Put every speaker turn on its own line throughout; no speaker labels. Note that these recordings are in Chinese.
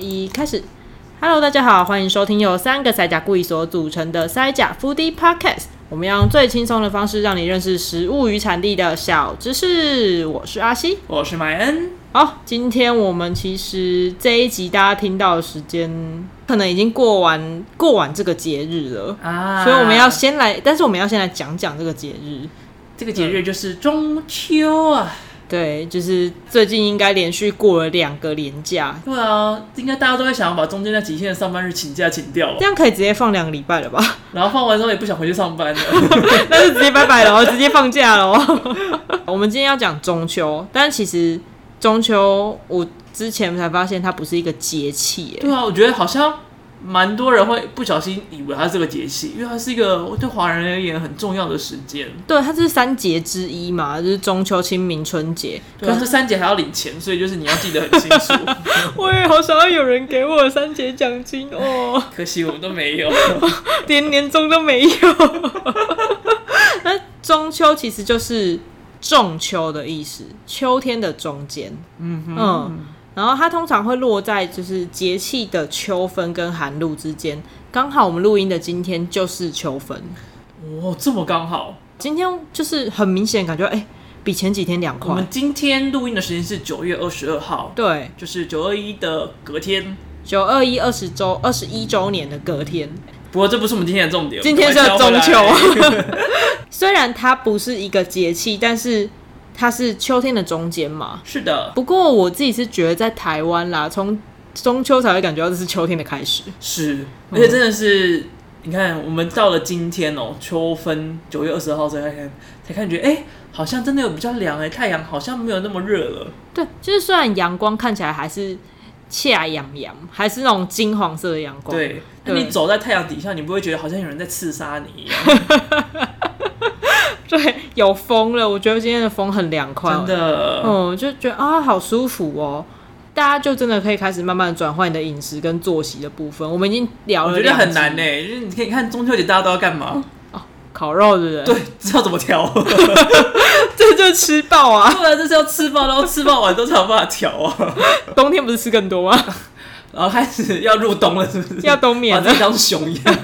一开始。Hello，大家好，欢迎收听由三个塞甲故意所组成的塞甲 Foodie Podcast。我们要用最轻松的方式让你认识食物与产地的小知识。我是阿西。
我是麦恩，
好，今天我们其实这一集大家听到的时间，可能已经过完过完这个节日了。
啊
所以我们要先来，但是我们要先来讲讲这个节日。
这个节日就是中秋啊，
对，就是最近应该连续过了两个连假，
对啊，应该大家都会想要把中间那几天的上班日请假请掉吧
这，样可以直接放两个礼拜了吧？
然后放完之后也不想回去上班 了。
那就直接拜拜了，直接放假了。哦 我们今天要讲中秋，但其实中秋我之前才发现它不是一个节气耶，
对啊，我觉得好像蛮多人会不小心以为它是个节气，因为它是一个对华人而言很重要的时间。
对，它是三节之一嘛，就是中秋、清明、春节。
对啊，这三节还要领钱，所以就是你要记得很清楚。
我也好想要有人给我三节奖金哦，
可惜我们都没有。
连年终都没有。 那中秋其实就是仲秋的意思，秋天的中间。
嗯哼，
嗯，然后它通常会落在就是节气的秋分跟寒露之间，刚好我们录音的今天就是秋分，
哇、这么刚好。
今天就是很明显感觉哎、比前几天凉
我
快
们，今天录音的时间是九月二十二号，
对，
就是九二一的隔天。
九二一二十周二十一周年的隔天，
不过这不是我们今天的重点，
今天是
我们
中
还是
秋
要回来
虽然它不是一个节气，但是它是秋天的中间嘛。
是的，
不过我自己是觉得在台湾啦，从中秋才会感觉到这是秋天的开始。
是，而且真的是，你看，我们到了今天哦、秋分九月二十号才看，才看觉得，哎、好像真的有比较凉哎、太阳好像没有那么热了。
对，就是虽然阳光看起来还是恰洋洋，还是那种金黄色的阳光，，
对，那
对
你走在太阳底下，你不会觉得好像有人在刺杀你一啊样，
对，有风了。我觉得今天的风很凉快，
真，的。
嗯，就觉得啊，好舒服哦。大家就真的可以开始慢慢地转换你的饮食跟作息的部分。我们已经聊
我
了，
觉得很
欸
难呢、欸就是你可以看中秋节大家都要干 嘛？
烤肉对不对？
对，知道怎么调。
对，这就吃爆啊！
对啊，这是要吃饭，然后吃饭完都才有办法调啊。
冬天不是吃更多 吗？
然后开始要入冬了，是不是？
要冬眠
把
了
自，己当熊一样。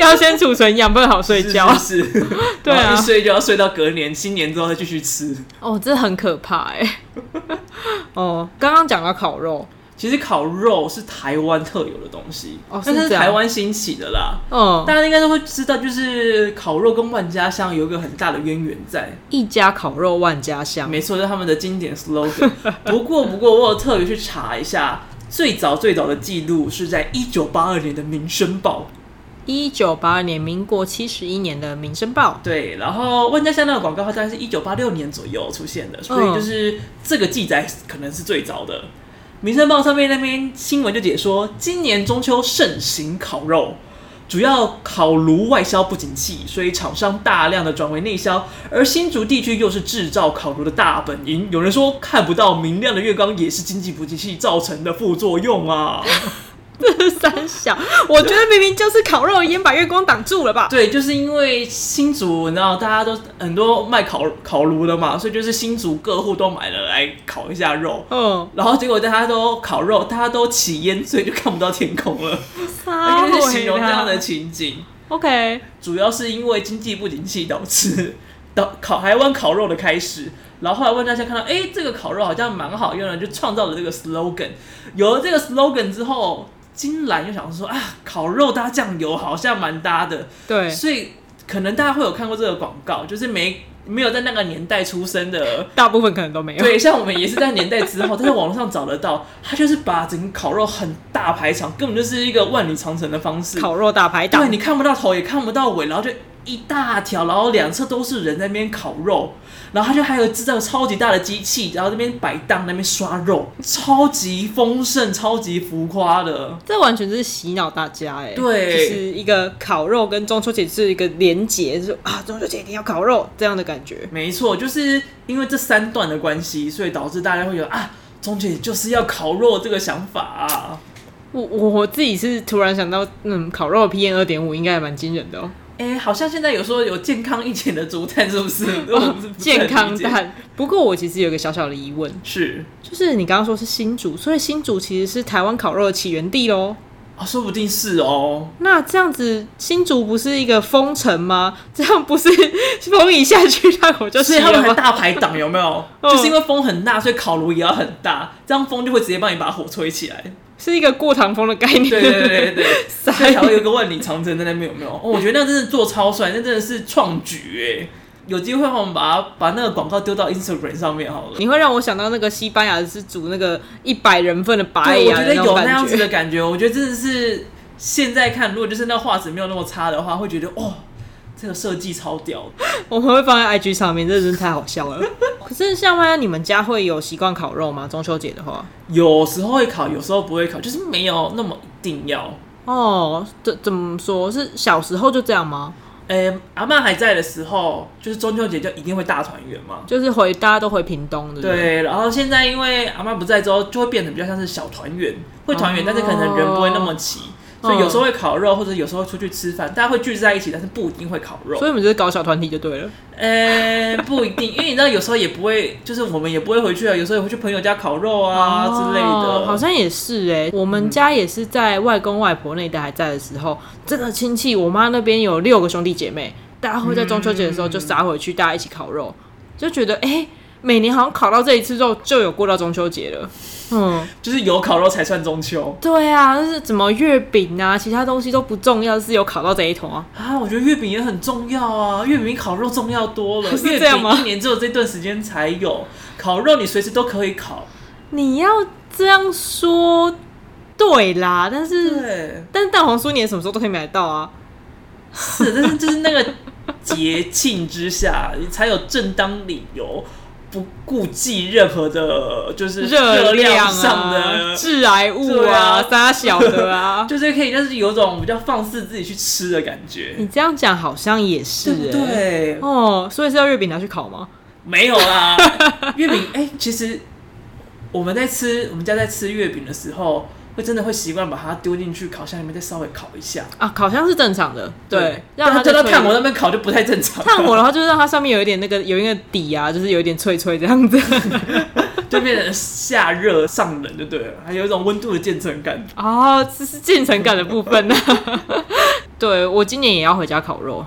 要先储存养分好睡觉。
是是是
对啊
然后一睡就要睡到隔年，新年之后再继续吃。
哦，这很可怕哎、 哦，刚刚讲到烤肉，
其实烤肉是台湾特有的东西，
哦是
但是
这样
台湾兴起的啦。
嗯，
大家应该都会知道，就是烤肉跟万家香有一个很大的渊源在，
一家烤肉万家香。
没错，就是他们的经 典 slogan。不过，不过我有特别去查一下，最早最早的记录是在一九八二年的《民生报》。
一九八二年，民国七十一年的《民生报
对，然后万家香那个广告，它大概是一九八六年左右出现的，所以就是这个记载可能是最早的。民生报上面那边新闻就解说，今年中秋盛行烤肉，主要烤炉外销不景气，所以厂商大量的转为内销，而新竹地区又是制造烤炉的大本营。有人说看不到明亮的月光也是经济不景气造成的副作用啊。》
三小，我觉得明明就是烤肉烟把月光挡住了吧？
对，就是因为新竹，你知道大家都很多卖烤烤炉的嘛，所以就是新竹各户都买了来烤一下肉。
嗯，
然后结果大家都烤肉，大家都起烟，所以就看不到天空了。
撒
它
回
哎就是形容这
啦
样的情景，
欸 OK，
主要是因为经济不景气导致导烤台湾烤肉的开始。然后后来问大家看到，哎，这个烤肉好像蛮好用的，就创造了这个 slogan。有了这个 slogan 之后，金兰就想说啊，烤肉搭酱油好像蛮搭的，
对，
所以可能大家会有看过这个广告，就是没没有在那个年代出生的，
大部分可能都没有。
对，像我们也是在年代之后，但是网络上找得到，它就是把整个烤肉很大排场，根本就是一个万里长城的方式。
烤肉大排
对，
档，
你看不到头，也看不到尾，然后就一大条，然后两侧都是人在那边烤肉，然后它就还有制造超级大的机器，然后那边摆档，那边刷肉，超级丰盛，超级浮夸的。
这完全就是洗脑大家哎、
对
就是一个烤肉跟中秋节是一个连结，就是啊，中秋节一定要烤肉这样的感觉。
没错，就是因为这三段的关系，所以导致大家会有啊，中秋节就是要烤肉这个想法、啊。
我我我自己是突然想到，嗯，烤肉的 PM 二点五应该还蛮惊人的哦。
哎、好像现在有说有健康一点的竹炭，是不 是？ 我不是不太
健康
理解
蛋。不过我其实有一个小小的疑问，
是
就是你刚刚说是新竹，所以新竹其实是台湾烤肉的起源地喽。
哦，说不定是哦。
那这样子，新竹不是一个封城吗？ 这样不是封一下去，让我就
所
是
以他们
了
很
吗？
大排档，有没 有？
嗯
就是因为风很大，所以烤炉也要很大，这样风就会直接帮你把火吹起来。
是一个过堂风的概念。
对对对对对，
塞
所以才会有一个万里长城在那边有 没有？哦，我觉得那真的做超帅，那真的是创举哎！有机会的话我们把它把那个广告丢到 Instagram 上面好了。
你会让我想到那个西班牙是煮那个一百人份的拔
对，我
牙
觉
的
得有
哎种
那
感
样子
觉。
的感觉，我觉得真的是现在看，如果就是那画质没有那么差的话，会觉得哦，这个设计超屌的。
我们会放在 IG 上面，这真的太好笑 了。可是像妈，你们家会有习惯烤肉吗？中秋节的话，
有时候会考，有时候不会考，就是没有那么一定要。
哦，怎怎么说是小时候就这样吗？
诶、阿妈还在的时候，就是中秋节就一定会大团圆嘛。
就是回大家都回屏东，对不对？
对，然后现在因为阿妈不在之后，就会变得比较像是小团圆，会团
哦
圆，但是可能人不会那么齐，所以有时候会烤肉，或者有时候会出去吃饭，大家会聚在一起，但是不一定会烤肉
所。以我们就是搞小团体就对了。
呃，不一定，因为你知道，有时候也不会，就是我们也不会回去啊，有时候也会去朋友家烤肉啊、之类
哦
的。
好像也是哎、我们家也是在外公外婆那一代还在的时候，真的亲戚，我妈那边有六个兄弟姐妹，大家会在中秋节的时候就杀回去，大家一起烤肉，就觉得哎、欸每年好像烤到这一次肉就有过到中秋节了。嗯，
就是有烤肉才算中秋
对啊，就是怎么月饼啊，其他东西都不重要，是有烤到这一头啊。
啊！我觉得月饼也很重要啊，月饼比烤肉重要多 了。
是这样吗
月饼一年只有这段时间才有，烤肉你随时都可以烤。
你要这样说，对啦，但是
对。
但是蛋黄酥你也什么时候都可以买得到啊。
是，但是就是那个节庆之下，你才有正当理由不顾忌任何的，就是
热
量
量
上
啊
的，，
致癌物
对
啊
啊，
杀小的 啊。
就是可以，就是有种比较放肆自己去吃的感觉
你，这样讲好像也是、
对
欸，
不对？
哦，所以是要月饼拿去烤吗？
没有啦，月饼，哎、其实我们在吃，我们家在吃月饼的时候。会真的会习惯把它丢进去烤箱里面，再稍微烤一下。
啊，烤箱是正常的，对，让它
丢到
脆
炭火那边烤就不太正常，
炭火的话，就是让它上面有一点那个有一个底啊，就是有一点脆脆这样 子。
就变成下热上冷就对了，还有一种温度的见证感。
哦，这是进程感的部分呢、 啊。对我今年也要回家烤肉，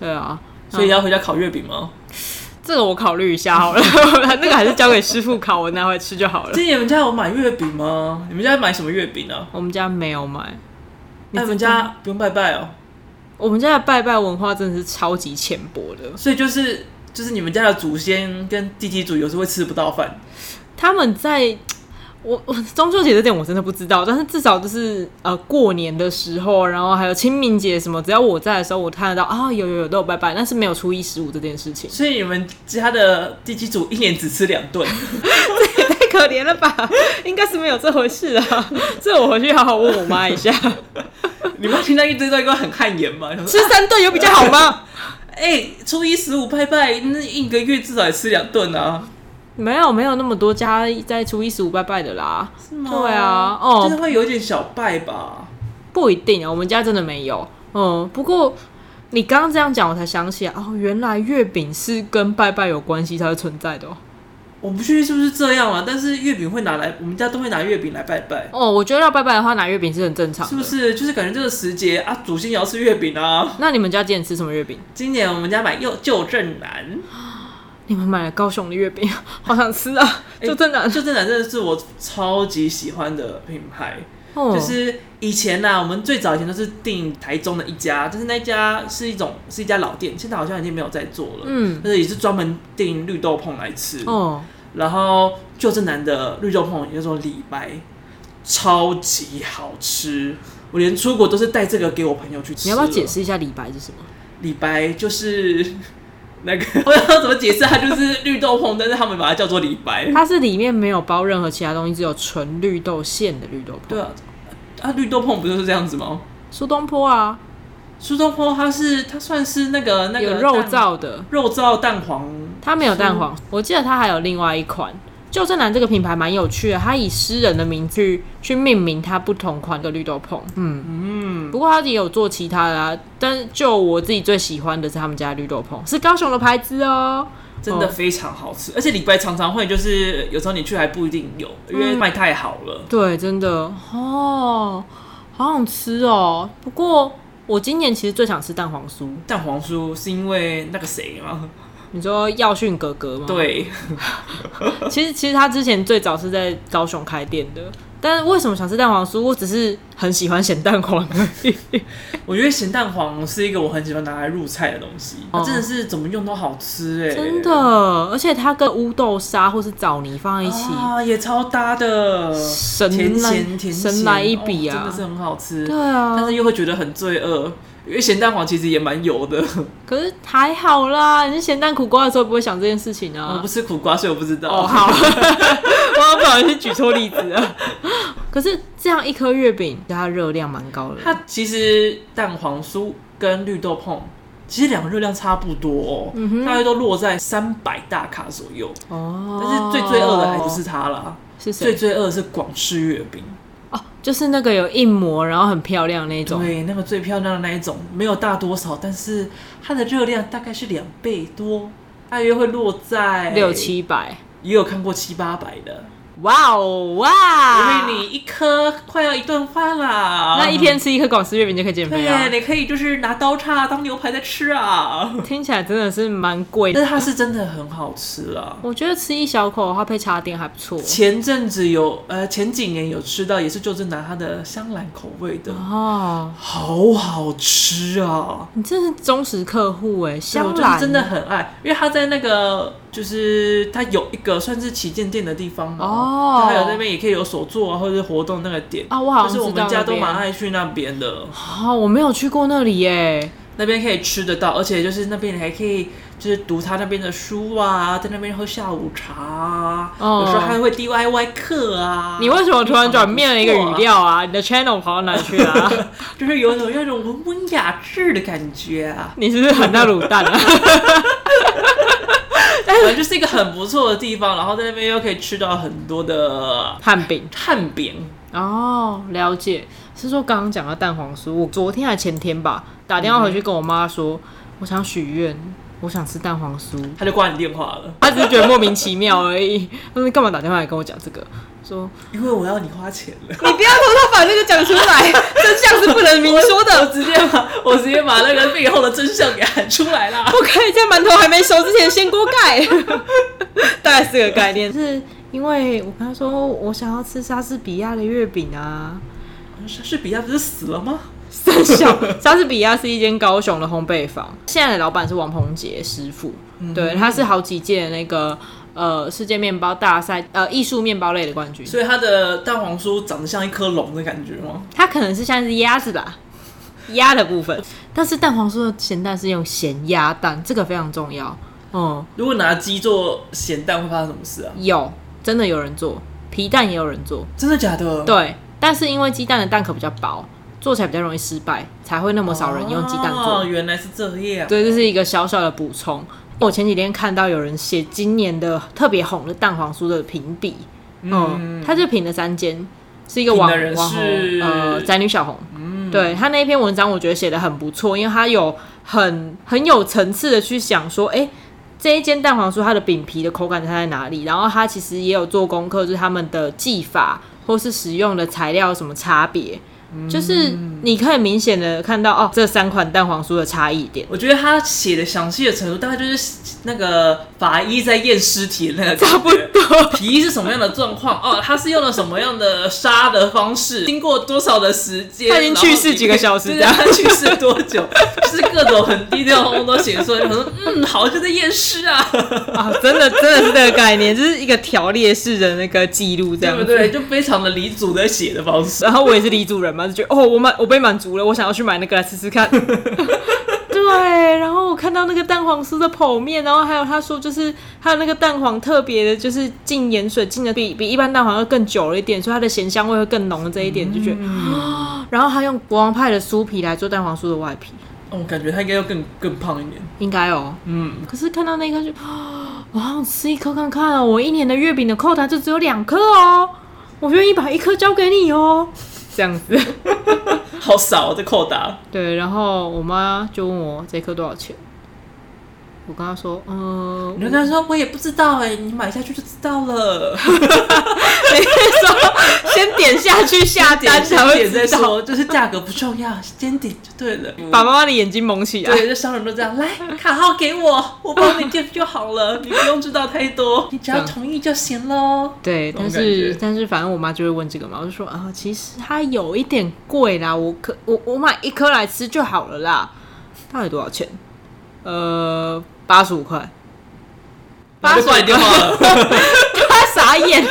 对啊，
所以要回家烤月饼吗？
这个我考虑一下好了， 那个还是交给师傅烤，我拿回来吃就好了。
今年你们家有买月饼吗？你们家买什么月饼啊？
我们家没有买，
那你哎们家不用拜拜哦，
我们家的拜拜文化真的是超级浅薄的，
所以就是就是你们家的祖先跟地基主有时候会吃不到饭，
他们在。我我中秋节这点我真的不知道，但是至少就是呃过年的时候，然后还有清明节什么，只要我在的时候，我看得到啊有有有都有拜拜，但是没有初一十五这件事情，
所以你们家的地基主一年只吃两 顿，
太可怜了吧？应该是没有这回事啊，这我回去好好问我妈一下，
你们听到一堆都应该很汗颜嘛？想说
吃三顿有比较好吗？
哎、初一十五拜拜，那一个月至少也吃两顿啊，
没有没有那么多家在初一十五拜拜的啦，
是吗
对啊哦
就是会有点小拜吧。
不一定啊，我们家真的没有。嗯，不过你刚刚这样讲，我才想起来哦，原来月饼是跟拜拜有关系才会存在的哦。
我不确定是不是这样啊，但是月饼会拿来，我们家都会拿月饼来拜拜。
哦，我觉得要拜拜的话，拿月饼是很正常的。
是不？是？就是感觉这个时节啊，祖先也要吃月饼啊。
那你们家今年吃什么月饼？
今年我们家买又旧正南，
你们买了高雄的月饼， 好想吃啊！
哎
就真的，
旧正南真的是我超级喜欢的品牌。
哦
就是以前啊呐、我们最早以前都是订台中的一家，但是那家是一种是一家老店，现在好像已经没有在做了。
嗯
但是也是专门订绿豆椪来吃。
哦，
然后旧正南的绿豆椪也叫做李白，超级好吃。我连出国都是带这个给我朋友去吃。
你要不要解？释一下李白是什么？
李白就是 那个，我想要怎么解释？它就是绿豆椪，但是他们把它叫做李白。
它是里面没有包任何其他东西，只有纯绿豆馅的绿豆椪。
对，啊，啊，绿豆椪不就是这样子吗？
苏东坡啊，
苏东坡它是它算是那个那个
有肉
蛋
燥的，
肉燥蛋黄，
它没有蛋黄，我记得它还有另外一款，旧正南这个品牌蛮有趣的，它以诗人的名字去去命名它不同款的绿豆椪。嗯嗯，不过它也有做其他的、啊，但是就我自己最喜欢的是他们家的绿豆椪，是高雄的牌子哦。
真的非常好吃，而且礼拜常常会就是有时候你去还不一定有，因为卖太好了。
对，真的哦，好想吃哦。不过我今年其实最想吃蛋黄酥。
蛋黄酥是因为那个谁吗？
你说耀训哥哥吗？
对，
其实其实他之前最早是在高雄开店的，但是为什么想吃蛋黄酥？我只是很喜欢咸蛋黄而已。
我觉得咸蛋黄是一个我很喜欢拿来入菜的东西，它
哦
真的是怎么用都好吃哎、
真的，而且它跟乌豆沙或是枣泥放在一起，
啊，也超搭的，
神
甜
来
咸甜
神
咸
来一笔
哦
啊
真的是很好吃。
对啊，
但是又会觉得很罪恶，因为咸蛋黄其实也蛮油的。
可是还好啦，你是咸蛋苦瓜的时候 不会想这件事情
我
啊
不。吃苦瓜，所以我不知道。
哦，好， 我不小心举错例子啊了。 可是这样一颗月饼，它热量蛮高的。
它其实蛋黄酥跟绿豆椪，其实两个热量差不多哦，
嗯
大约都落在三百大卡左右。
哦，
但是最罪恶的还不是它啦，
是谁
最罪恶的是广式月饼。
哦，就是那个有印模，然后很漂亮那种。
对，那个最漂亮的那一种，没有大多少，但是它的热量大概是两倍多，大约会落在
六，七百，
也有看过七八百的。
哇哦哇！
因为你一颗快要一顿饭啦，
那一天吃一颗广式月饼就可以减肥啊
对，，你可以就是拿刀叉当牛排在吃啊。
听起来真的是蛮贵的。
但是它是真的很好吃啦。
我觉得吃一小口的话配茶点还不错。
前阵子有呃前几年有吃到，也是就是拿它的香兰口味的，
哦，
好好吃啊！
你真是忠实客户哎，
我
香
就是
兰
真的很爱，因为它在那个就是它有一个算是旗舰店的地方嘛，
哦
它有那边也可以有所做啊，或者是活动那个点
啊我好像
就是我们
知道
家
那
都
边
蛮爱去那边的。
哦，我没有去过那里耶。
那边可以吃得到，而且就是那边你还可以就是读他那边的书啊，在那边喝下午茶啊，
哦
有时候还会 DIY 课啊。
你为什么突然转变了一个语调 啊？你的 channel 跑到哪里去了、 啊？
就是有种那种文文雅致的感觉啊，
你是不是很大卤蛋啊？
反正就是一个很不错的地方，然后在那边又可以吃到很多的
汉饼
汉饼。
哦，了解。是说刚刚讲到蛋黄酥，我昨天还前天吧打电话回去跟我妈说，我想许愿，我想吃蛋黄酥。
他就挂你电话了，
她只是觉得莫名其妙而已。她说干嘛打电话来跟我讲这个？说
因为我要你花钱了。
你不要偷偷把这个讲出 来，真相是不能明说的。
直接把我直接把那个背后的真相给喊出来啦。
不可以在馒头还没熟之前先锅 盖，大概是这个概念。是因为我跟他说哦我想要吃莎士比亚的月饼啊，
莎士比亚不是死了吗？
三 小莎士比亚是一间高雄的烘焙坊，现在的老板是王鹏杰师傅，对，他是好几届的那个呃世界面包大赛呃艺术面包类的冠军，
所以他的蛋黄酥长得像一颗龙的感觉吗？
他可能是像是鸭子吧。鸭的部分，但是蛋黄酥的咸蛋是用咸鸭蛋，这个非常重要。嗯，
如果拿鸡做咸蛋会发生什么事啊？
有真的有人做，皮蛋也有人做，
真的假的？，
对，但是因为鸡蛋的蛋壳比较薄，做起来比较容易失败，才会那么少人用鸡蛋做。
哦，原来是这样。
对，这是一个小小的补充。我前几天看到有人写今年的特别红的蛋黄酥的评比，嗯，他就评了三间，是一个
评的
网
人
网红
是
呃宅女小红，嗯，对他那篇文章我觉得写的很不错，因为他有很很有层次的去想说，哎、这一间蛋黄酥它的饼皮的口感差在哪里？然后它其实也有做功课，就是他们的技法或是使用的材料有什么差别，就是
嗯
你可以明显的看到哦，这三款蛋黄酥的差异点。
我觉得他写的详细的程度，大概就是那个法医在验尸体的那个感觉
差不多。
皮是什么样的状况？哦，他是用了什么样的杀的方式？经过多少的时间？
他已经去世几个小时
然后对，他去世多久？就是各种很低调，通通都写出来。我说，嗯，好，就在验尸啊，
啊，真的真的是这个概念，就是一个条列式的那个记录这
对
样
不
子。
对？就非常的离组的写的方式。
然后我也是黎族人嘛，就觉得哦，我满我被满足了，我想要去买那个来吃吃 看。对，然后我看到那个蛋黄酥的剖面，然后还有他说就是还有那个蛋黄特别的，就是浸盐水浸的比比一般蛋黄要更久了一点，所以它的咸香味会更浓，这一点就觉得。
嗯
啊然后他用国王派的酥皮来做蛋黄酥的外皮，
哦，我感觉他应该要更更胖一点。
应该哦，
嗯，
可是看到那一刻就， 我好想吃一颗看看哦，我一年的月饼的扣打就只有两颗哦，我愿意把一颗交给你哦，这样 子。
好少哦这扣打，
对，然后我妈就问我这颗多少钱，我跟她说， 嗯、
你就跟他说我也不知道哎、你买下去就知道了。
你是说先点下去下单才会
点再
知道？
说，嗯就是价格不重要，先点就对了。
把妈妈的眼睛蒙起来。
对，这商人都这样，来卡号给我，我 帮你垫就好了，你不用知道太多，你只要同意就行喽。
对，
这
但
种感
是
觉
但是反正我妈就会问这个嘛，我就说啊，其实它有一点贵啦，我可我我买一颗来吃就好了啦。到底多少钱？呃，八十五块。
然后就挂啊你电话 了，
她傻眼，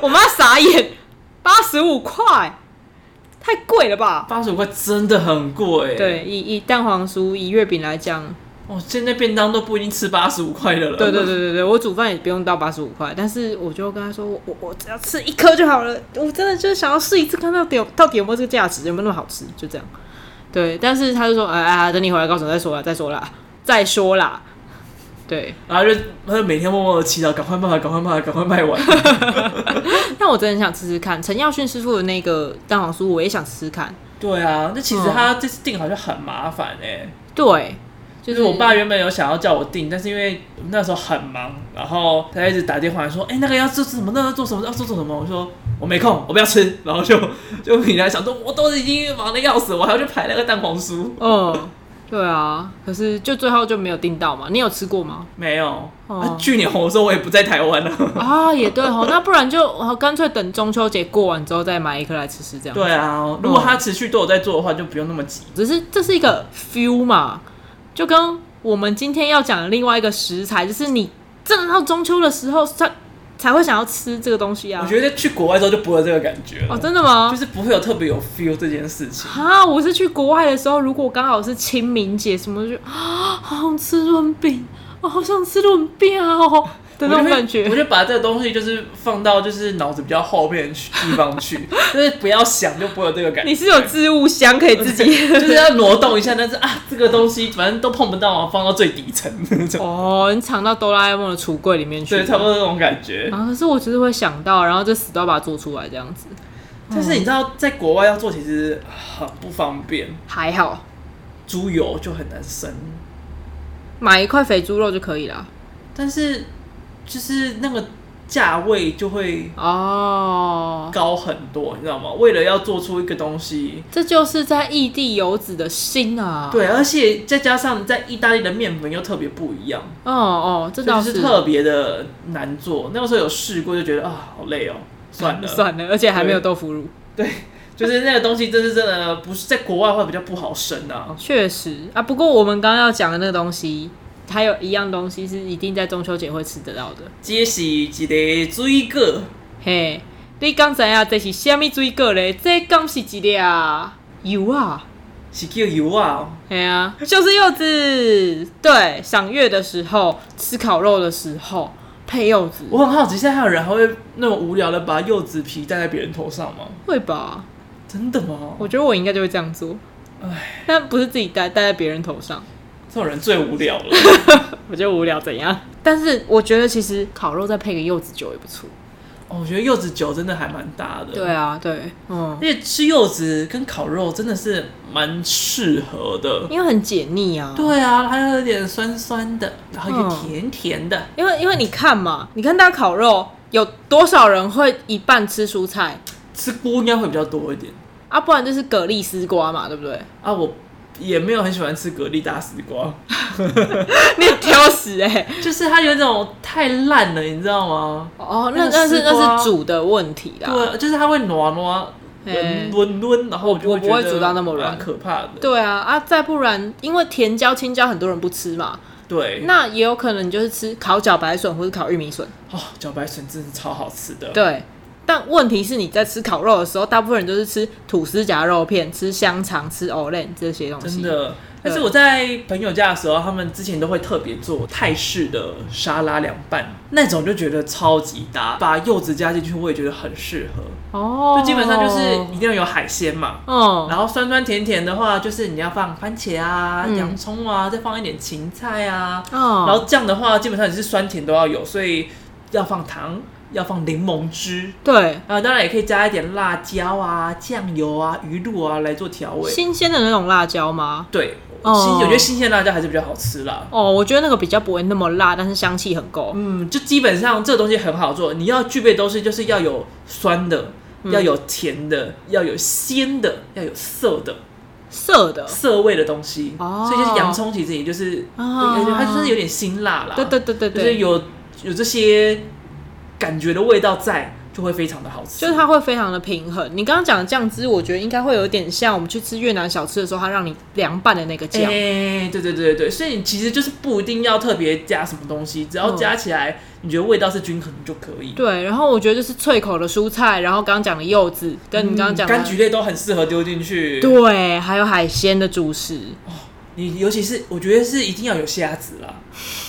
我妈傻眼，八十五块，太贵了吧？
八十五块真的很贵。，
对，以以蛋黄酥、以月饼来讲，
哦，现在便当都不一定吃八十五块的了。
对对对对对，我煮饭也不用到八十五块，但是我就跟他说，我我我只要吃一颗就好了，我真的就是想要试一次，看到底有到底有没有这个价值，有没有那么好吃，就这样。对，但是他就说，哎、啊，等你回来告诉我再说啦，再说啦，再说啦。对，
然后就他就每天默默的祈祷，赶快卖完，赶快卖完，赶快卖完。
但我真的很想吃吃看陈耀迅师傅的那个蛋黄酥，我也想吃吃看。
对啊，那其实
嗯
他这次订好像很麻烦哎、
对，
就
就是
我爸原本有想要叫我订，但是因为那时候很忙，然后他一直打电话来说：“哎、那个要做什么？那个要做什么？要做什么？”我说：“我没空，我不要吃。” 然后就就你来想说，我都已经忙的要死，我还要去排那个蛋黄酥。
嗯，对啊，可是就最后就没有订到嘛。你有吃过吗？
没有，
哦
啊、去年红的时候我也不在台湾了。
啊，也对哦，那不然就哦干脆等中秋节过完之后再买一颗来吃吃，这样。
对啊，如果他持续都有在做的话，就不用那么急。
只是这是一个 feel 嘛，就跟我们今天要讲的另外一个食材，就是你真的到中秋的时候才才会想要吃这个东西啊
我。觉得去国外之后就不会有这个感觉了，
哦，真的吗
就？是不会有特别有 feel 这件事情。
啊，我是去国外的时候，如果刚好是清明节什么就， 啊，好想吃润饼，我好想吃润饼啊哦的那
我
种
就
感
会我
觉。
就把这个东西就是放到就是脑子比较后面去地方 去，就是不要想就不会有这个感觉。
你是有置物箱可以自己
就是要挪动一下，但是啊，这个东西反正都碰不到啊，放到最底层那种，
哦，你藏到哆啦 A 梦的橱柜里面去。
对，差不多这种感觉。
啊，可是我就是会想到，然后就死都要把它做出来这样子，
但是你知道，在国外要做其实很不方便，
还好
猪油就很难生，
买一块肥猪肉就可以了。
但是就是那个价位就会
哦，
高很多，你知道吗？为了要做出一个东西，
这就是在异地游子的心啊。，
对，而且再加上在意大利的面粉又特别不一样，
哦哦，这
就
倒
是
是
特别的难做。那个时候有试过，就觉得啊，好累哦，算 了，
算了，而且还没有豆腐乳，
就是那个东西，真是真的不是在国外会比较不好生啊。
确实啊。不过我们刚刚要讲的那个东西，还有一样东西是一定在中秋节会吃得到的。
这是一个水果，
嘿，你刚才啊，这是虾米水果嘞？这刚是一粒啊油啊。
是叫油啊。
哎呀、就是柚子。对，赏月的时候，吃烤肉的时候配柚子，
我很好奇，现在还有人还会那么无聊的把柚子皮戴在别人头上吗？
会吧？
真的吗？
我觉得我应该就会这样做。
唉，
但不是自己戴，戴在别人头上，
这种人最无聊了。
我觉得无聊怎样？但是我觉得其实烤肉再配个柚子酒也不错。
哦，我觉得柚子酒真的还蛮搭的。
对，啊，对，嗯
而，且吃柚子跟烤肉真的是蛮适合的。
因为很解腻啊。，
对啊，它又有点酸酸的，然后又
嗯
甜甜的。
因为因为你看嘛，你看大家烤肉有多少人会一半吃蔬菜
吃菇应该会比较多一点
啊？不然就是蛤蜊丝瓜嘛，对不对？
啊，我也没有很喜欢吃蛤蜊大丝瓜。
你很挑食哎、
就是它有一种太烂了，你知道吗？
哦，
那
那
个
那是
丝瓜
那是煮的问题啦。
对，啊就是它会软软、
哎
软软软，然后我就
我
会
不会
觉得
煮到那么软
蛮可怕的。
对啊啊，再不然，因为甜椒、青椒很多人不吃嘛，
对，
那也有可能你就是吃烤茭白笋或者烤玉米笋。
哦，茭白笋真的超好吃的。
对，但问题是你在吃烤肉的时候，大部分人都是吃吐司夹肉片、吃香肠、吃 o l a n 这些东西。
真的。但是我在朋友家的时候，他们之前都会特别做泰式的沙拉凉拌，那种就觉得超级搭，把柚子加进去，我也觉得很适合。
哦，
就基本上就是一定要有海鲜嘛，
嗯，
然后酸酸甜甜的话，就是你要放番茄啊、
嗯
洋葱啊，再放一点芹菜啊。
哦，
然后酱的话，基本上你是酸甜都要有，所以要放糖，要放柠檬汁，
对，
啊，当然也可以加一点辣椒啊、酱油啊、鱼露啊来做调味。
新鲜的那种辣椒吗？
对，
哦
新我觉得新鲜辣椒还是比较好吃啦。
哦，我觉得那个比较不会那么辣，但是香气很够。
嗯，就基本上这个东西很好做，你要具备都是就是要有酸的，
嗯
要有甜的，要有鲜的，要有涩的。
涩的，
涩味的东西，
哦
所以就是洋葱其实也就是，
哦
而且它就是有点辛辣啦，
啊对对对对
就是
对，
有有这些感觉的味道在，就会非常的好吃。
就是它会非常的平衡。你刚刚讲的酱汁，我觉得应该会有点像我们去吃越南小吃的时候，它让你凉拌的那个
哎、
酱。
对对对对对，所以你其实就是不一定要特别加什么东西，只要
嗯
加起来你觉得味道是均衡就可以。
对，然后我觉得就是脆口的蔬菜，然后刚刚讲的柚子，跟你刚刚讲的、
嗯柑橘类都很适合丢进去，
对，还有海鲜的主食，
你尤其是我觉得是一定要有虾子啦，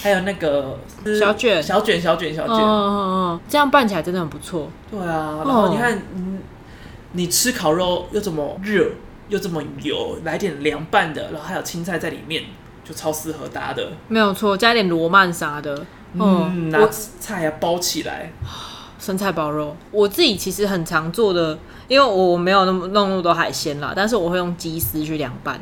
还有那个
小卷
小卷、小卷、小
嗯
卷，
嗯嗯，这样拌起来真的很不错。
对啊，
哦
然后你看，嗯，你吃烤肉又这么热，又这么油，来点凉拌的，然后还有青菜在里面，就超适合搭的。
没有错，加一点罗曼啥的，
嗯，拿
我
菜啊包起来，
生菜包肉。我自己其实很常做的，因为我没有那么弄那么多海鲜啦，但是我会用鸡丝去凉拌。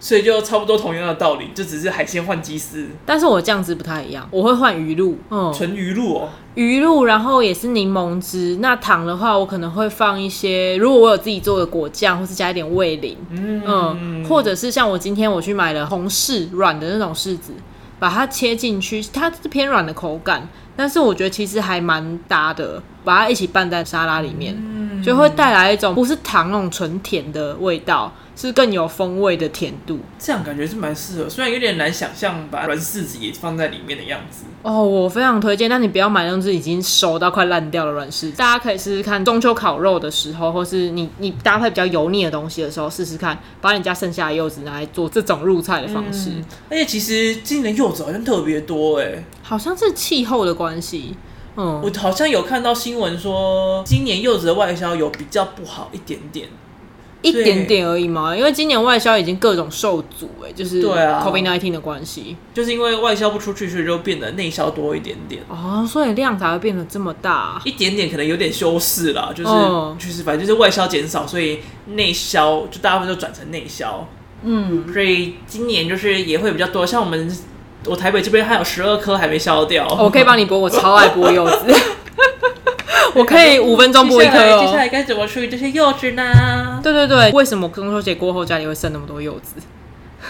所以就差不多同样的道理，就只是海鲜换鸡丝，
但是我酱汁不太一样，我会换鱼露，嗯，
纯鱼露哦。
鱼露，然后也是柠檬汁。那糖的话，我可能会放一些，如果我有自己做的果酱，或是加一点味淋，嗯，
嗯，
或者是像我今天我去买了红柿软的那种柿子，把它切进去，它是偏软的口感，但是我觉得其实还蛮搭的，把它一起拌在沙拉里面，就会带来一种不是糖那种纯甜的味道，是更有风味的甜度。
这样感觉是蛮适合，虽然有点难想象把软柿子也放在里面的样子。
哦，我非常推荐，但你不要买那种是已经熟到快烂掉的软柿子，大家可以试试看。中秋烤肉的时候，或是你你搭配比较油腻的东西的时候，试试看，把你家剩下的柚子拿来做这种入菜的方式。
嗯，而且其实今年柚子好像特别多哎、
好像是气候的关系。嗯，
我好像有看到新闻说，今年柚子的外销有比较不好一点点。
一点点而已嘛，因为今年外销已经各种受阻、哎，就是
对啊
COVID nineteen 的关系
就是因为外销不出去，所以就变得内销多一点点，
哦，所以量才会变得这么大。
一点点可能有点修饰啦，就是、
嗯
就是反正就是外销减少，所以内销就大部分都转成内销，
嗯，
所以今年就是也会比较多。像我们我台北这边还有十二颗还没销掉，
哦我可以帮你剥，我超爱剥柚子， 我可 以五分钟剥
接
一
下
颗
来接下
哦。
来该怎么处理这些柚子呢？
对对对，为什么中秋节过后家里会剩那么多柚子？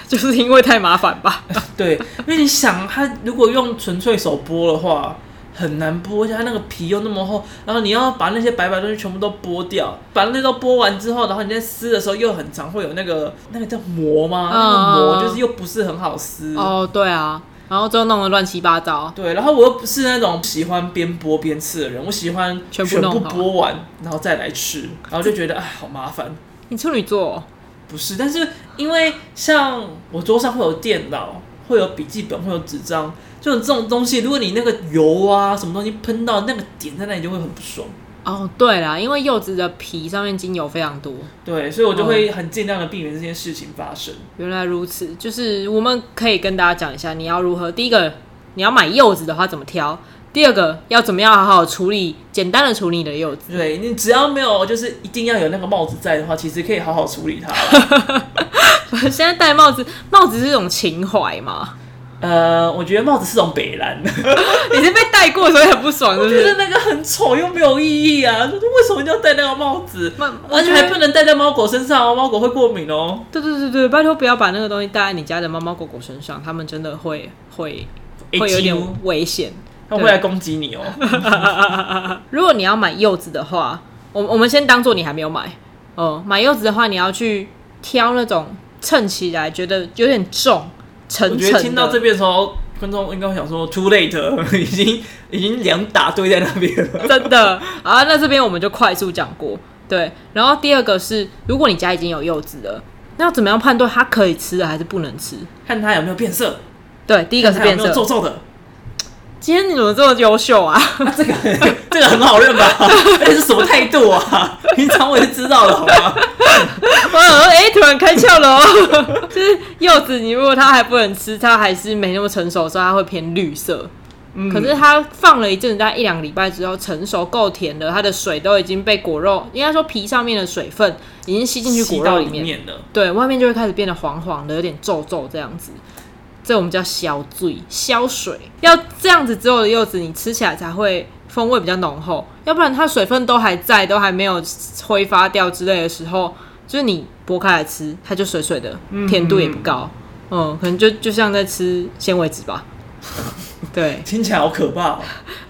就是因为太麻烦吧。
对，因为你想，它如果用纯粹手剥的话，很难剥，而且它那个皮又那么厚，然后你要把那些白白的东西全部都剥掉，把那都剥完之后，然后你在撕的时候又很常会有那个那个叫膜吗？那个
嗯嗯嗯
膜就是又不是很好撕。
哦，对啊，然后最后弄得乱七八糟。
对，然后我又不是那种喜欢边剥边吃的人，我喜欢
全部
全部
弄好
剥完然后再来吃，然后就觉得哎，好麻烦。
你处女座哦、
不是，但是因为像我桌上会有电脑，会有笔记本，会有纸张，就有这种东西，如果你那个油啊什么东西喷到那个点在那里，就会很不爽。
哦，对啦，因为柚子的皮上面精油非常多。
对，所以我就
嗯
会很尽量的避免这件事情发生。
原来如此，就是我们可以跟大家讲一下，你要如何。第一个，你要买柚子的话怎么挑；第二个，要怎么样好好处理，简单的处理你的柚子。
对你只要没有就是一定要有那个帽子在的话，其实可以好好处理它。
现在戴帽子，帽子是一种情怀嘛？
呃，我觉得帽子是种北蓝，
你是被戴过所以很不爽，是不？
就是是那个很丑又没有意义啊！就是为什么一定要戴那个帽子？
那
而且还不能戴在猫狗身上哦，猫狗会过敏哦。
对对对对，拜托不要把那个东西戴在你家的猫猫狗狗身上，它们真的会会会有
AQ
点危险。
它会来攻击你哦。
如果你要买柚子的话，我我们先当做你还没有买。哦、买柚子的话，你要去挑那种称起来觉得有点重、沉
我
沉的。
觉得听到这边的时候，观众应该会想说 too late，了 已经已经两打堆在那边了。
真的啊，那这边我们就快速讲过。对，然后第二个是，如果你家已经有柚子了，那要怎么样判断它可以吃的还是不能吃？
看它有没有变色，
对，第一
一
个是变
有没有皱
色。
皱的，
今天你怎么这么优秀啊？
啊、这个这个很好认吧？而且是什么态度啊？平常我就知道了，好吗？
我想说，哎、突然开窍了哦。 就是柚子，你如果它还不能吃，它还是没那么成熟的时候，它会偏绿色。
嗯
可是它放了一阵子，大概一两个礼拜之后，成熟够甜了，它的水都已经被果肉，应该说皮上面的水分已经吸进去
吸
果
到
肉
里
里面，
了。
对外面就会开始变得黄黄的，有点皱皱这样子。这我们叫消醉、消水。要这样子之后的柚子，你吃起来才会风味比较浓厚，要不然它水分都还在，都还没有挥发掉之类的时候，就是你剥开来吃，它就水水的，甜度也不高。嗯，可能就就像在吃纤维质吧。对，
听起来好可怕、哦。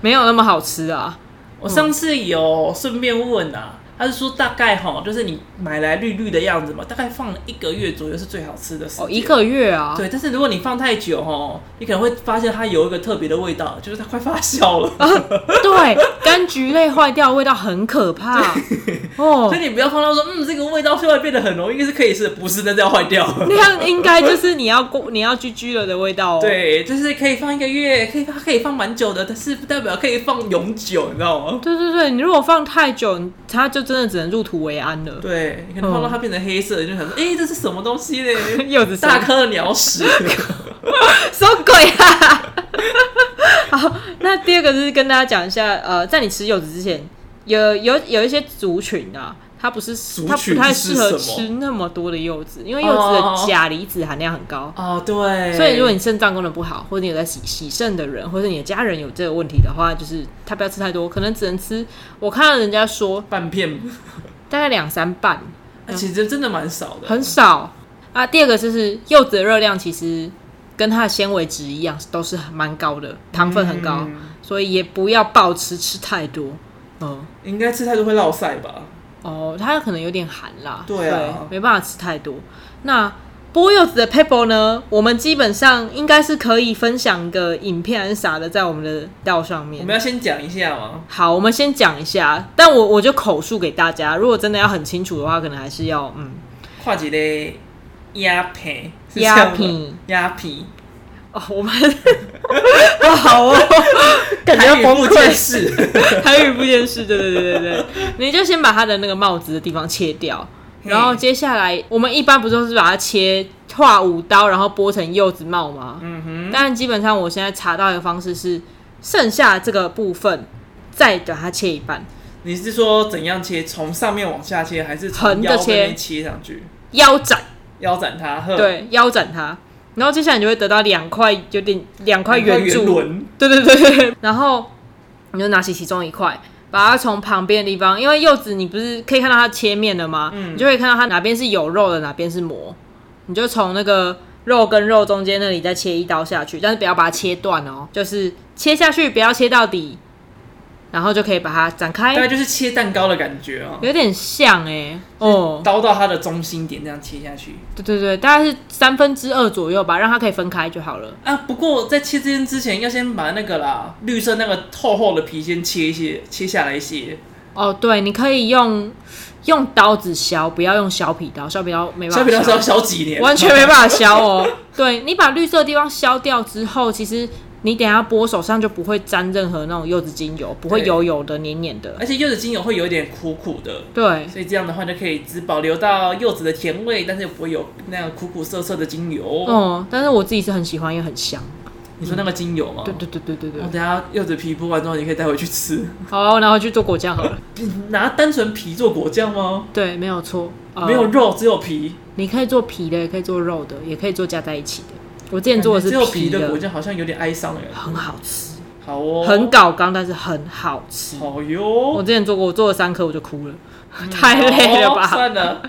没有那么好吃啊。
我上次有顺便问啊，他是说大概哈，就是你买来绿绿的样子嘛，大概放了一个月左右是最好吃的时间
哦，一。个月啊，
对，但是如果你放太久哦，你可能会发现它有一个特别的味道，就是它快发酵了。
哦对，柑橘类坏掉味道很可怕哦
所以。你不要放到说，嗯，这个味道突然变得很浓，应该是可以吃的，不是那就要坏掉了。
那样应该就是你要过 你要居居了的味道哦。，
对，就是可以放一个月，可以它可以放蛮久的，但是不代表可以放永久，你知道吗？
对对对，你如果放太久，你它就真的只能入土为安了。
对，你可能
嗯
放到它变成黑色，你就想说，哎、这是什么东西嘞？
柚子
大
大
颗的 鸟屎。
什么鬼啊！ 好，那第二个就是跟大家讲一下，呃，在你吃柚子之前，有有有一些族群啊，它不是
族
它不
群
太
是
适合
什么
吃那么多的柚子，因为柚子
哦哦
的
哦
钾离子含量很高。
哦，对，
所以，如果你肾脏功能不好，或者你有在洗洗肾的人，或者你的家人有这个问题的话，就是他不要吃太多，可能只能吃。我看到人家说
半片，
大概两三瓣，
那其实真的蛮少的，
嗯很少啊。第二个就是柚子的热量其实跟它的纤维值一样，都是蛮高的，糖分很高，
嗯
所以也不要暴吃，吃太多。嗯，
应该吃太多会落腮吧？
哦，它可能有点寒啦，
对啊
没办法吃太多。那剥柚子的 pebble 呢？我们基本上应该是可以分享个影片还是啥的，在我们的道上
我
面
们。要先讲一下哦吗？
好，我们先讲一下，但我我就口述给大家。如果真的要很清楚的话，可能还是要嗯，
跨几嘞鸭皮，是这
鸭
样吗
皮，
鸭皮，
哦，我们不好 哦，感觉要
台语
崩
不
溃
见。识，
台语不见识，对对对对对，你就先把它的那个帽子的地方切掉，
嘿
然后接下来我们一般不都是把它切画五刀，然后剥成柚子帽吗？
嗯哼，
但基本上我现在查到一个方式是，剩下这个部分再把它切一半，
你是说怎样切？从上面往下切，还是从
横着
腰那
切
边切上去？
腰斩，
腰斩它，呵，
对，腰斩它。然后接下来你就会得到两块有点两块
两块
圆柱
圆轮，
对对对对，然后你就拿起其中一块，把它从旁边的地方，因为柚子你不是可以看到它切面了吗？
嗯
你就可以看到它哪边是有肉的，哪边是膜，你就从那个肉跟肉中间那里再切一刀下去，但是不要把它切断哦，就是切下去不要切到底，然后就可以把它展
大概
开，
就是切蛋糕的感觉哦，
有点像哎、
嗯
哦，
刀到它的中心点这样切下去。
对对对，大概是三分之二左右吧，让它可以分开就好了。
啊，不过在切这件之前，要先把那个啦，绿色那个厚厚的皮先切一些，切下来一些。
哦，对，你可以用用刀子削，不要用削皮刀，削皮刀没办法，
削皮刀是要削几年？
完全没办法削 哦。对你把绿色的地方削掉之后，其实你等一下剥手上就不会沾任何那种柚子精油，不会
对哎
油油的、黏黏的。
而且柚子精油会有一点苦苦的，
对
所以这样的话就可以只保留到柚子的甜味，但是又不会有那样苦苦涩涩的精油。
哦，但是我自己是很喜欢，也很香。
你说那个精油吗？哦
对对对对对对
我。等一下柚子皮剥完之后，你可以带回去吃。
好，然后去做果酱好 了。
你拿单纯皮做果酱吗？
对，没有错。呃
没有，肉，只有皮。
你可以做皮的，也可以做肉的，也可以做加在一起的。我之前做的是
哎只有皮的
的
果，酱，好像有点哀伤哎。
很好吃，
好哦，
很搞刚，但是很好吃。
好哟
我。之前做过，我做了三颗我就哭了， 太累了吧？
好嗯哦算了，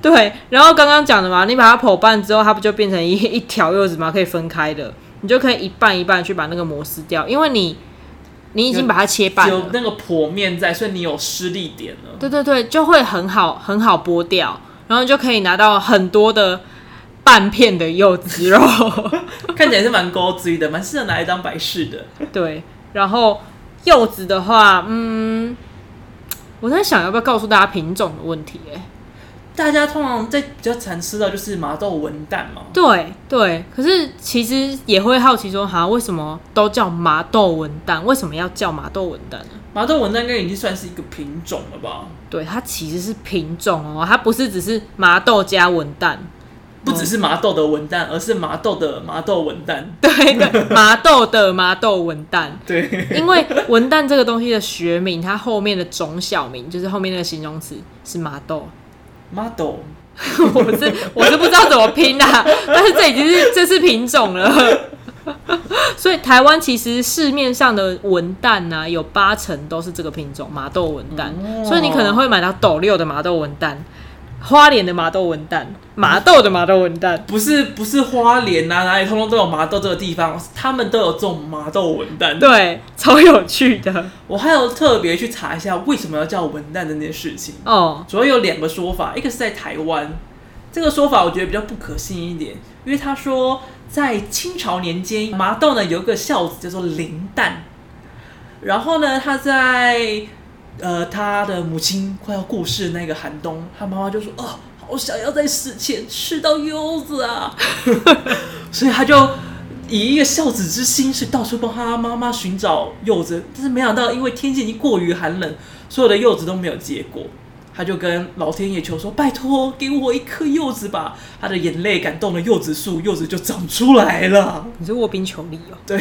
对，然后刚刚讲的嘛，你把它剖半之后，它不就变成一 一条柚子吗？可以分开的，你就可以一半一半去把那个膜撕掉，因为你你已经把它切半
有
了。
那个剖面在，所以你有施力点了。
对对对，就会很好很好剥掉，然后你就可以拿到很多的半片的柚子 肉，
看起来是蛮高级的，蛮适合拿来当摆饰的。
对，然后柚子的话，嗯，我在想要不要告诉大家品种的问题、欸，哎，
大家通常在比较常吃到就是麻豆文旦嘛，
对对，可是其实也会好奇说，哈，为什么都叫麻豆文旦？为什么要叫麻豆文旦呢？
麻豆文旦应该已经算是一个品种了吧？
对，它其实是品种哦，它不是只是麻豆加文旦，
不只是麻豆的文旦，而是麻豆的麻豆文旦。
对对，麻豆的麻豆文旦。
对，
因为文旦这个东西的学名，它后面的种小名就是后面那个形容词是麻豆，
麻豆
我是我是不知道怎么拼啦、但是这已经是这是品种了。 所以台湾其实市面上的文旦呢、有八成都是这个品种麻豆文旦，
哦
所以你可能会买到斗六的麻豆文旦、花莲的麻豆文旦、麻豆的麻豆文旦。
不是不是花莲啊，哪里通通都有麻豆这个地方，他们都有种麻豆文旦。
对，超有趣的
我还有特别去查一下为什么要叫文旦这件事情，
哦。
主要有两个说法，一个是在台湾，这个说法我觉得比较不可信一点，因为他说在清朝年间，麻豆呢有一个孝子叫做林旦，然后呢他在呃他的母亲快要过世的那个寒冬，他妈妈就说哦。好想要在死前吃到柚子啊！ 所以他就以一个孝子之心，是到处帮他妈妈寻找柚子。但是没想到，因为天气已经过于寒冷，所有的柚子都没有结果。他就跟老天爷求说：“拜托，给我一颗柚子吧！”他的眼泪感动了柚子树，柚子就长出来了。
你是卧冰求鲤哦，
对，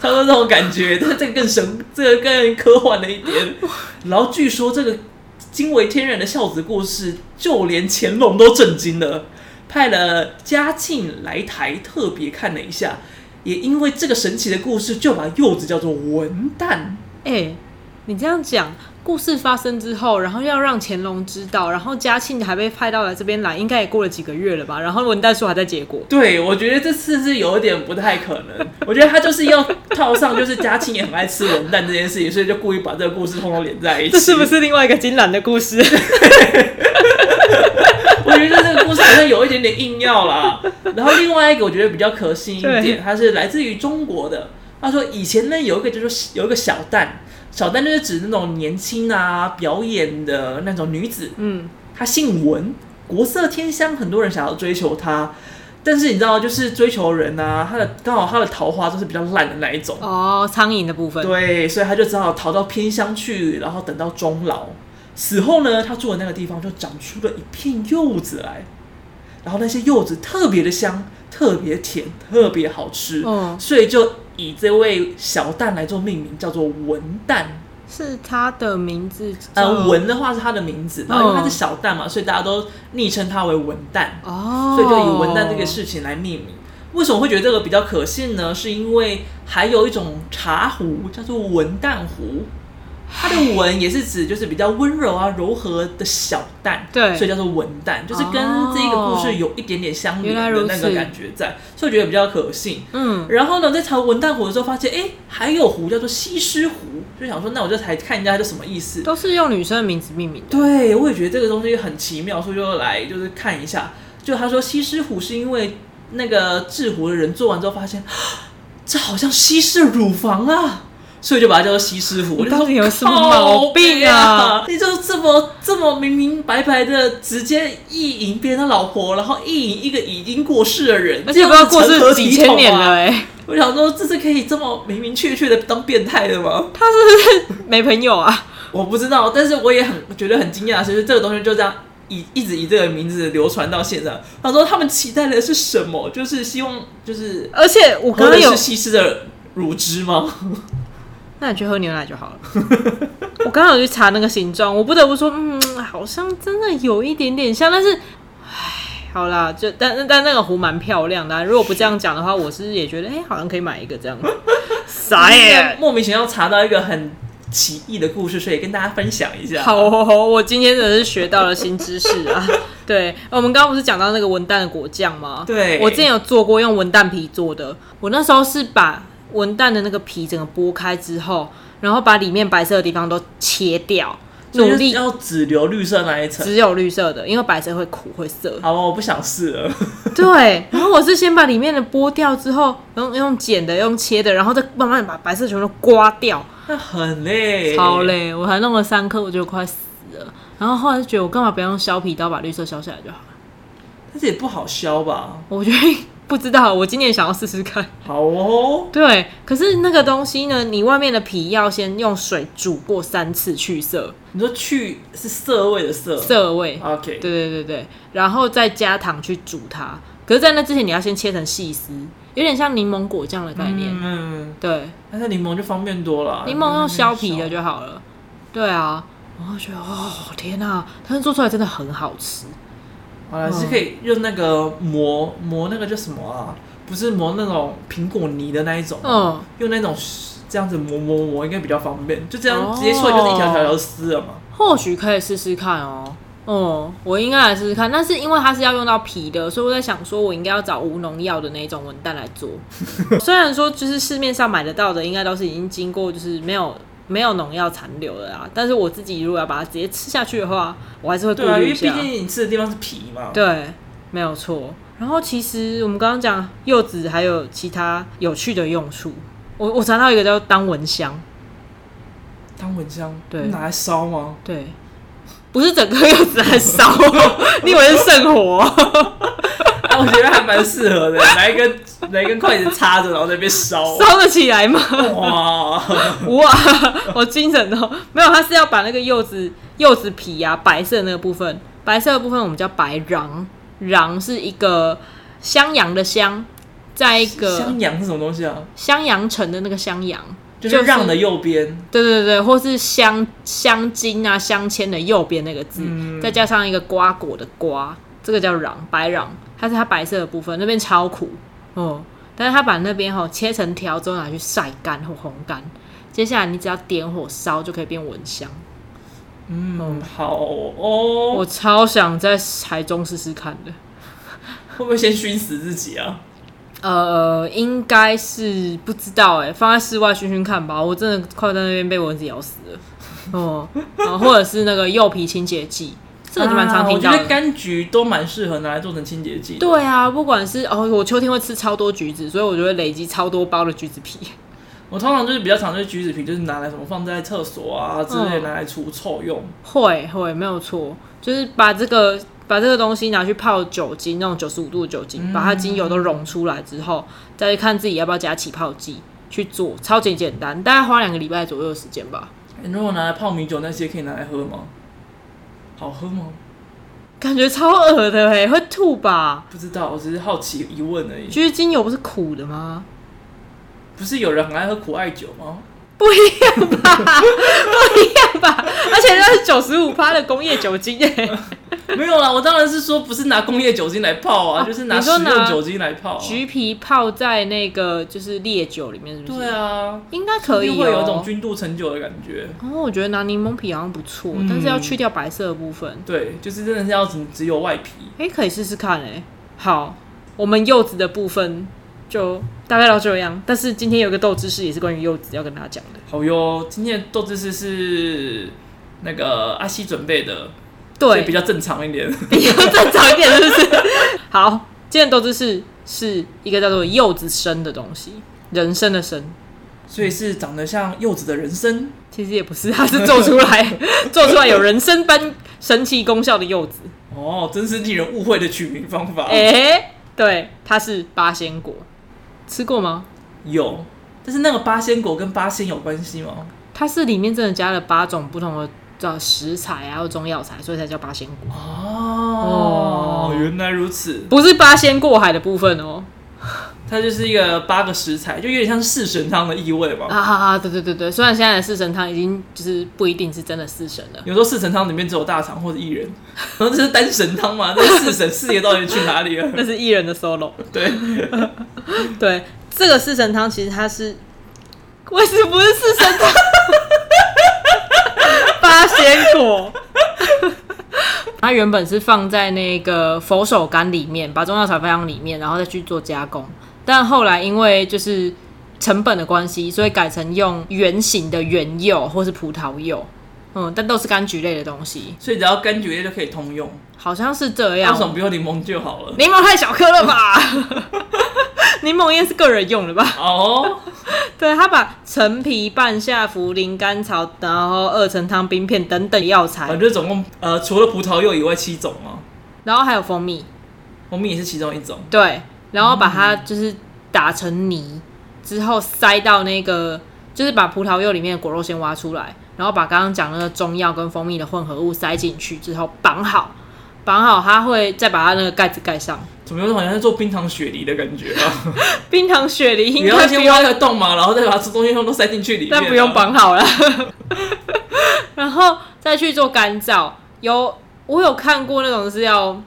他说那种感觉，但是这个更神，这个更科幻了一点。然后据说这个惊为天人的孝子故事，就连乾隆都震惊了，派了嘉庆来台特别看了一下。也因为这个神奇的故事，就把柚子叫做文旦。
哎、你这样讲，故事发生之后，然后要让乾隆知道，然后嘉庆还被派到了这边来，应该也过了几个月了吧？然后文旦说还在结果，
对，我觉得这次是有一点不太可能。我觉得他就是要套上，就是嘉庆也很爱吃文旦这件事情，所以就故意把这个故事通通连在一起。
这是不是另外一个金兰的故 事？
我觉得这个故事好像有一点点硬要啦。然后另外一个我觉得比较可信一
对
点，它是来自于中国的。他说以前呢有一个就是有一个小旦，小旦就是指那种年轻啊表演的那种女子，
嗯，
她姓文，国色天香，很多人想要追求她。但是你知道，就是追求人啊，她的刚好她的桃花都是比较烂的那一种，
哦，苍蝇的部分，
对，所以他就只好逃到偏乡去，然后等到终老。死后呢，他住的那个地方就长出了一片柚子来，然后那些柚子特别的香，特别甜，特别好吃，
嗯，
所以就以这位小蛋来做命名，叫做文蛋。
是他的名字叫，
呃，文的话是他的名字，然后因为他是小蛋嘛，所以大家都昵称他为文蛋。
哦，
所以就以文旦这个事情来命名。为什么会觉得这个比较可信呢？是因为还有一种茶壶叫做文旦壶，它的文也是指就是比较温柔啊、柔和的小旦，
对
所以叫做文旦，就是跟这一个故事有一点点相连
哦原来如
的
此
那个感觉在，所以我觉得比较可信。
嗯，
然后呢，在查文旦壶的时候，发现哎、诶还有壶叫做西施壶，就想说那我就才看一下它是什么意思。
都是用女生的名字命名的，
对，我也觉得这个东西很奇妙，所以就来就是看一下。就他说西施壶是因为那个制壶的人做完之后发现，啊这好像西式乳房啊，所以就把它叫做西施壶。我
你
就
到
说
底有什么
靠
毛病
北
啊
啊？你就这么这么明明白白的直接意淫别人的老婆，然后意淫一个已经过世的人，
而且不知道过
这样
世
子
几
成
千
何体
年
统啊
了、哎，
我想说，这是可以这么明明确确的当变态的吗？
他是不是没朋友啊？
我不知道，但是我也很觉得很惊讶，其实这个东西就这样以一直以这个名字流传到现在。他说他们期待的是什么？就是希望就是
而且我
喝
刚
的
刚有
是西施的乳汁 吗？
那你去喝牛奶就好了。 我刚刚有去查那个形状，我不得不说，嗯，好像真的有一点点像，但是，唉，好啦，就但但那个壶蛮漂亮的啊、如果不这样讲的话，我是也觉得，哎、好像可以买一个这样子。傻耶！
莫名其妙查到一个很奇异的故事，所以跟大家分享一下。
好、哦，我今天真的是学到了新知识啊！对，我们刚刚不是讲到那个文旦的果酱吗？
对
我之前有做过用文旦皮做的，我那时候是把文旦的那个皮整个剥开之后，然后把里面白色的地方都切掉，
所以
努
就
力
要只留绿色那一层。
只有绿色的，因为白色会苦会 涩。
好吧，我不想试了。
对，然后我是先把里面的剥掉之后，用用剪的，用切的，然后再慢慢把白色全部都刮掉，
那很累，
超。累。我还弄了三颗，我觉得快死了。然后后来就觉得我干嘛不要用削皮刀把绿色削下来就好了？
但是也不好削吧？
我觉得不知道，我今年想要试试看。
好哦，
对，可是那个东西呢，你外面的皮要先用水煮过三次去色
你说去是色味的色。
色味，对
OK，
对对对，然后再加糖去煮它。可是，在那之前你要先切成细丝，有点像柠檬果酱的概念。
嗯，
对，
但是柠檬就方便多了，啊
柠檬用削皮的
就
就好了。对啊，然后觉得哦天哪、但是做出来真的很好吃。
好了，是可以用那个磨磨那个叫什么啊？不是磨那种苹果泥的那一种，
嗯，
用那种这样子磨磨磨应该比较方便，就这样
哦
直接出来就是一条条条丝了嘛。
或许可以试试看哦。哦、我应该来试试看，但是因为它是要用到皮的，所以我在想说，我应该要找无农药的那种文旦来 做。虽然说就是市面上买得到的，应该都是已经经过就是没有没有农药残留的啦。但是我自己如果要把它直接吃下去的话，我还是哦会顾
对啊，
虑
因为
一
毕
下。
竟你吃的地方是皮嘛。
对，没有错。然后其实我们刚刚讲柚子还有其他有趣的用处，我我查到一个叫当蚊香，
当蚊香，
对
拿来 烧吗？
对，不是整颗柚子来烧， 你以为是圣火？
啊我觉得还蛮适合的，拿一根拿一根筷子插着，然后在那 边烧。
烧得起来吗？
哇，
哇，好精神哦！没有，它是要把那个柚子柚子皮啊，白色那个部分，白色的部分我们叫白瓤，瓤是一个襄阳的襄，在一个
香羊是什么东西啊？
襄阳城的那个襄阳，
就是让的右边，
对对对，或是香香精啊、香签的右边那个字，
嗯
再加上一个瓜果的瓜，这个叫瓤白瓤，它是它白色的部分，那边超苦哦。但是它把那边哈、切成条之后拿去晒干或烘干，接下来你只要点火烧就可以变蚊香。
嗯，好哦。
我超想在台中试试看的，
会不会先熏死自己啊？
呃，应该是不知道哎、放在室外熏熏看吧。我真的快在那边被蚊子咬死了。 哦、然后或者是那个柚皮清洁剂，这个就蛮常听到
啊我
的。
觉得柑橘都蛮适合拿来做成清洁剂。，
对啊，不管是哦，我秋天会吃超多橘子，所以我就会累积超多包的橘子皮。
我通常就是比较常就是橘子皮，就是拿来什么放在厕所啊之类，拿来除臭用。
会会没有错，就是把这个把这个东西拿去泡酒精，那种九十五度的酒精，
嗯
把它精油都溶出来之后，再去看自己要不要加起泡剂去做，超级简单，大概花两个礼拜左右的时间吧。
欸如果拿来泡米酒那些，可以拿来喝吗？好喝吗？
感觉超恶的哎、会吐吧？
不知道，我只是好奇疑问而已。
橘子精油不是苦的 吗？
不是有人很爱喝苦艾酒吗？
不一样吧，不一样吧，而且那是九十五趴的工业酒精哎、
没有啦，我当然是说不是拿工业酒精来泡啊，
哦
就是拿
你
食
说拿
用酒精来泡、啊。
橘皮泡在那个就是烈酒里面，是不是？
对，啊，
应该可以、
一
哦。
定会有一种君度陈酒的感觉。
哦，我觉得拿柠檬皮好像不错，
嗯
但是要去掉白色的部分。
对，就是真的是要只只有外皮。
哎、可以试试看哎、好，我们柚子的部分就大概到这样。但是今天有一个豆知识也是关于柚子要跟大家讲的。
好哟，今天的豆知识是那个阿西准备的，所以
对，
比较正常一点。
比较正常一点，是不是？好，今天的豆知识是一个叫做柚子参的东西，人参的参。
所以是长得像柚子的人参，
其实也不是，它是做出来 做出来有人参般神奇功效的柚子。
哦，真是令人误会的取名方法。
哎、对，它是八仙果，吃过吗？
有，但是那个八仙果跟八仙有关系吗？
它是里面真的加了八种不同的呃食材啊，或中药材，所以才叫八仙果，
哦，
哦
原来如此，
不是八仙过海的部分哦。
它就是一个八个食材，就有点像四神汤的意味嘛。
啊哈哈，对对对对，虽然现在的四神汤已经就是不一定是真的四神了。
有时候四神汤里面只有大肠或者薏仁， 然后这是单神汤嘛？那四神四爷到底去哪里 了？
那是艺人的 solo。
对，
对，这个四神汤其实它是，为什么不是四神汤？八仙果，它原本是放在那个佛手柑里面，把中药材放里面，然后再去做加工。但后来因为就是成本的关系，所以改成用圆形的圆柚或是葡萄柚。嗯，但都是柑橘类的东西，
所以只要柑橘类就可以通用。
好像是这
为
样
什。么不用柠檬就好了？
柠檬太小颗了吧？ 柠檬应该是个人用的吧？
哦，
对他把陈皮、半夏、茯苓、甘草，然后二层汤、冰片等等药材
反，正总共呃，除了葡萄柚以外七种嘛，
然后还有蜂蜜，
蜂蜜也是其中一种。
对，然后把它就是打成泥，之后塞到那个，就是把葡萄柚里面的果肉先挖出来，然后把刚刚讲那个中药跟蜂蜜的混合物塞进去之后绑好，绑好它会再把它那个盖子盖上。
怎么有种好像在做冰糖雪梨的感觉啊？
冰糖雪梨应
你要
该不
先
用
挖一个洞嘛，然后再把吃东西通都塞进去里面啊、
但不用绑好了， 然后再去做干燥。有我有看过那种是要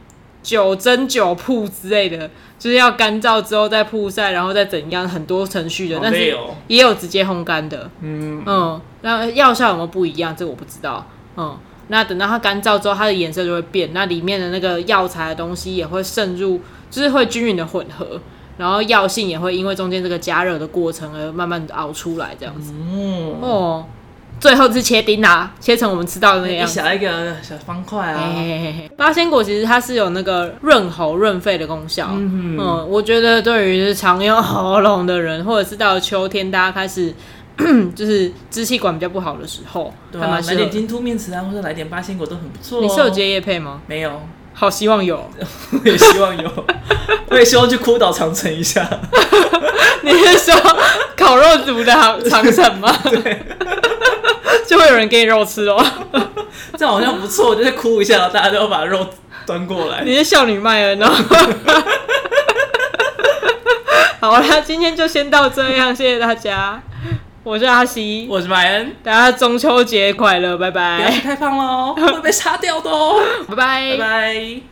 九蒸九曝之类的，就是要干燥之后再曝晒，然后再怎样很多程序的，
好
但
累
是
哦。
也有直接烘干的。
嗯，
嗯，那药效有没有不一样？这我不知道。嗯，那等到它干燥之后，它的颜色就会变，那里面的那个药材的东西也会渗入，就是会均匀的混合，然后药性也会因为中间这个加热的过程而慢慢地熬出来，这样子。
嗯，
哦，最后是切丁啦、啊切成我们吃到的那个
一
样哎子。
小一个小方块
嘿
啊。
嘿嘿嘿八仙果其实它是有那个润喉润肺的功效，
嗯
嗯我觉得对于就是常用喉咙的人，或者是到了秋天大家开始 就是支气管比较不好的时候，
对
还
啊，
蛮适
来
合
点。金兔面糍啊，或者来点八仙果都很不错、哦。
你是有接叶配吗？
没有？
好希望有，
我也希望有，我也希望去哭岛长城一下。
你是说烤肉族的长长城吗？ 就会有人给你肉吃哦。
这样好像不错，就是哭一下，然后大家都要把肉端过来。
你是少女麦恩哦。 好啦，今天就先到这样，谢谢大家。我是阿西，
我是麦恩，
大家中秋节快乐，拜
不要
拜，
吃太胖喽，会被杀掉的哦。
拜拜
拜拜。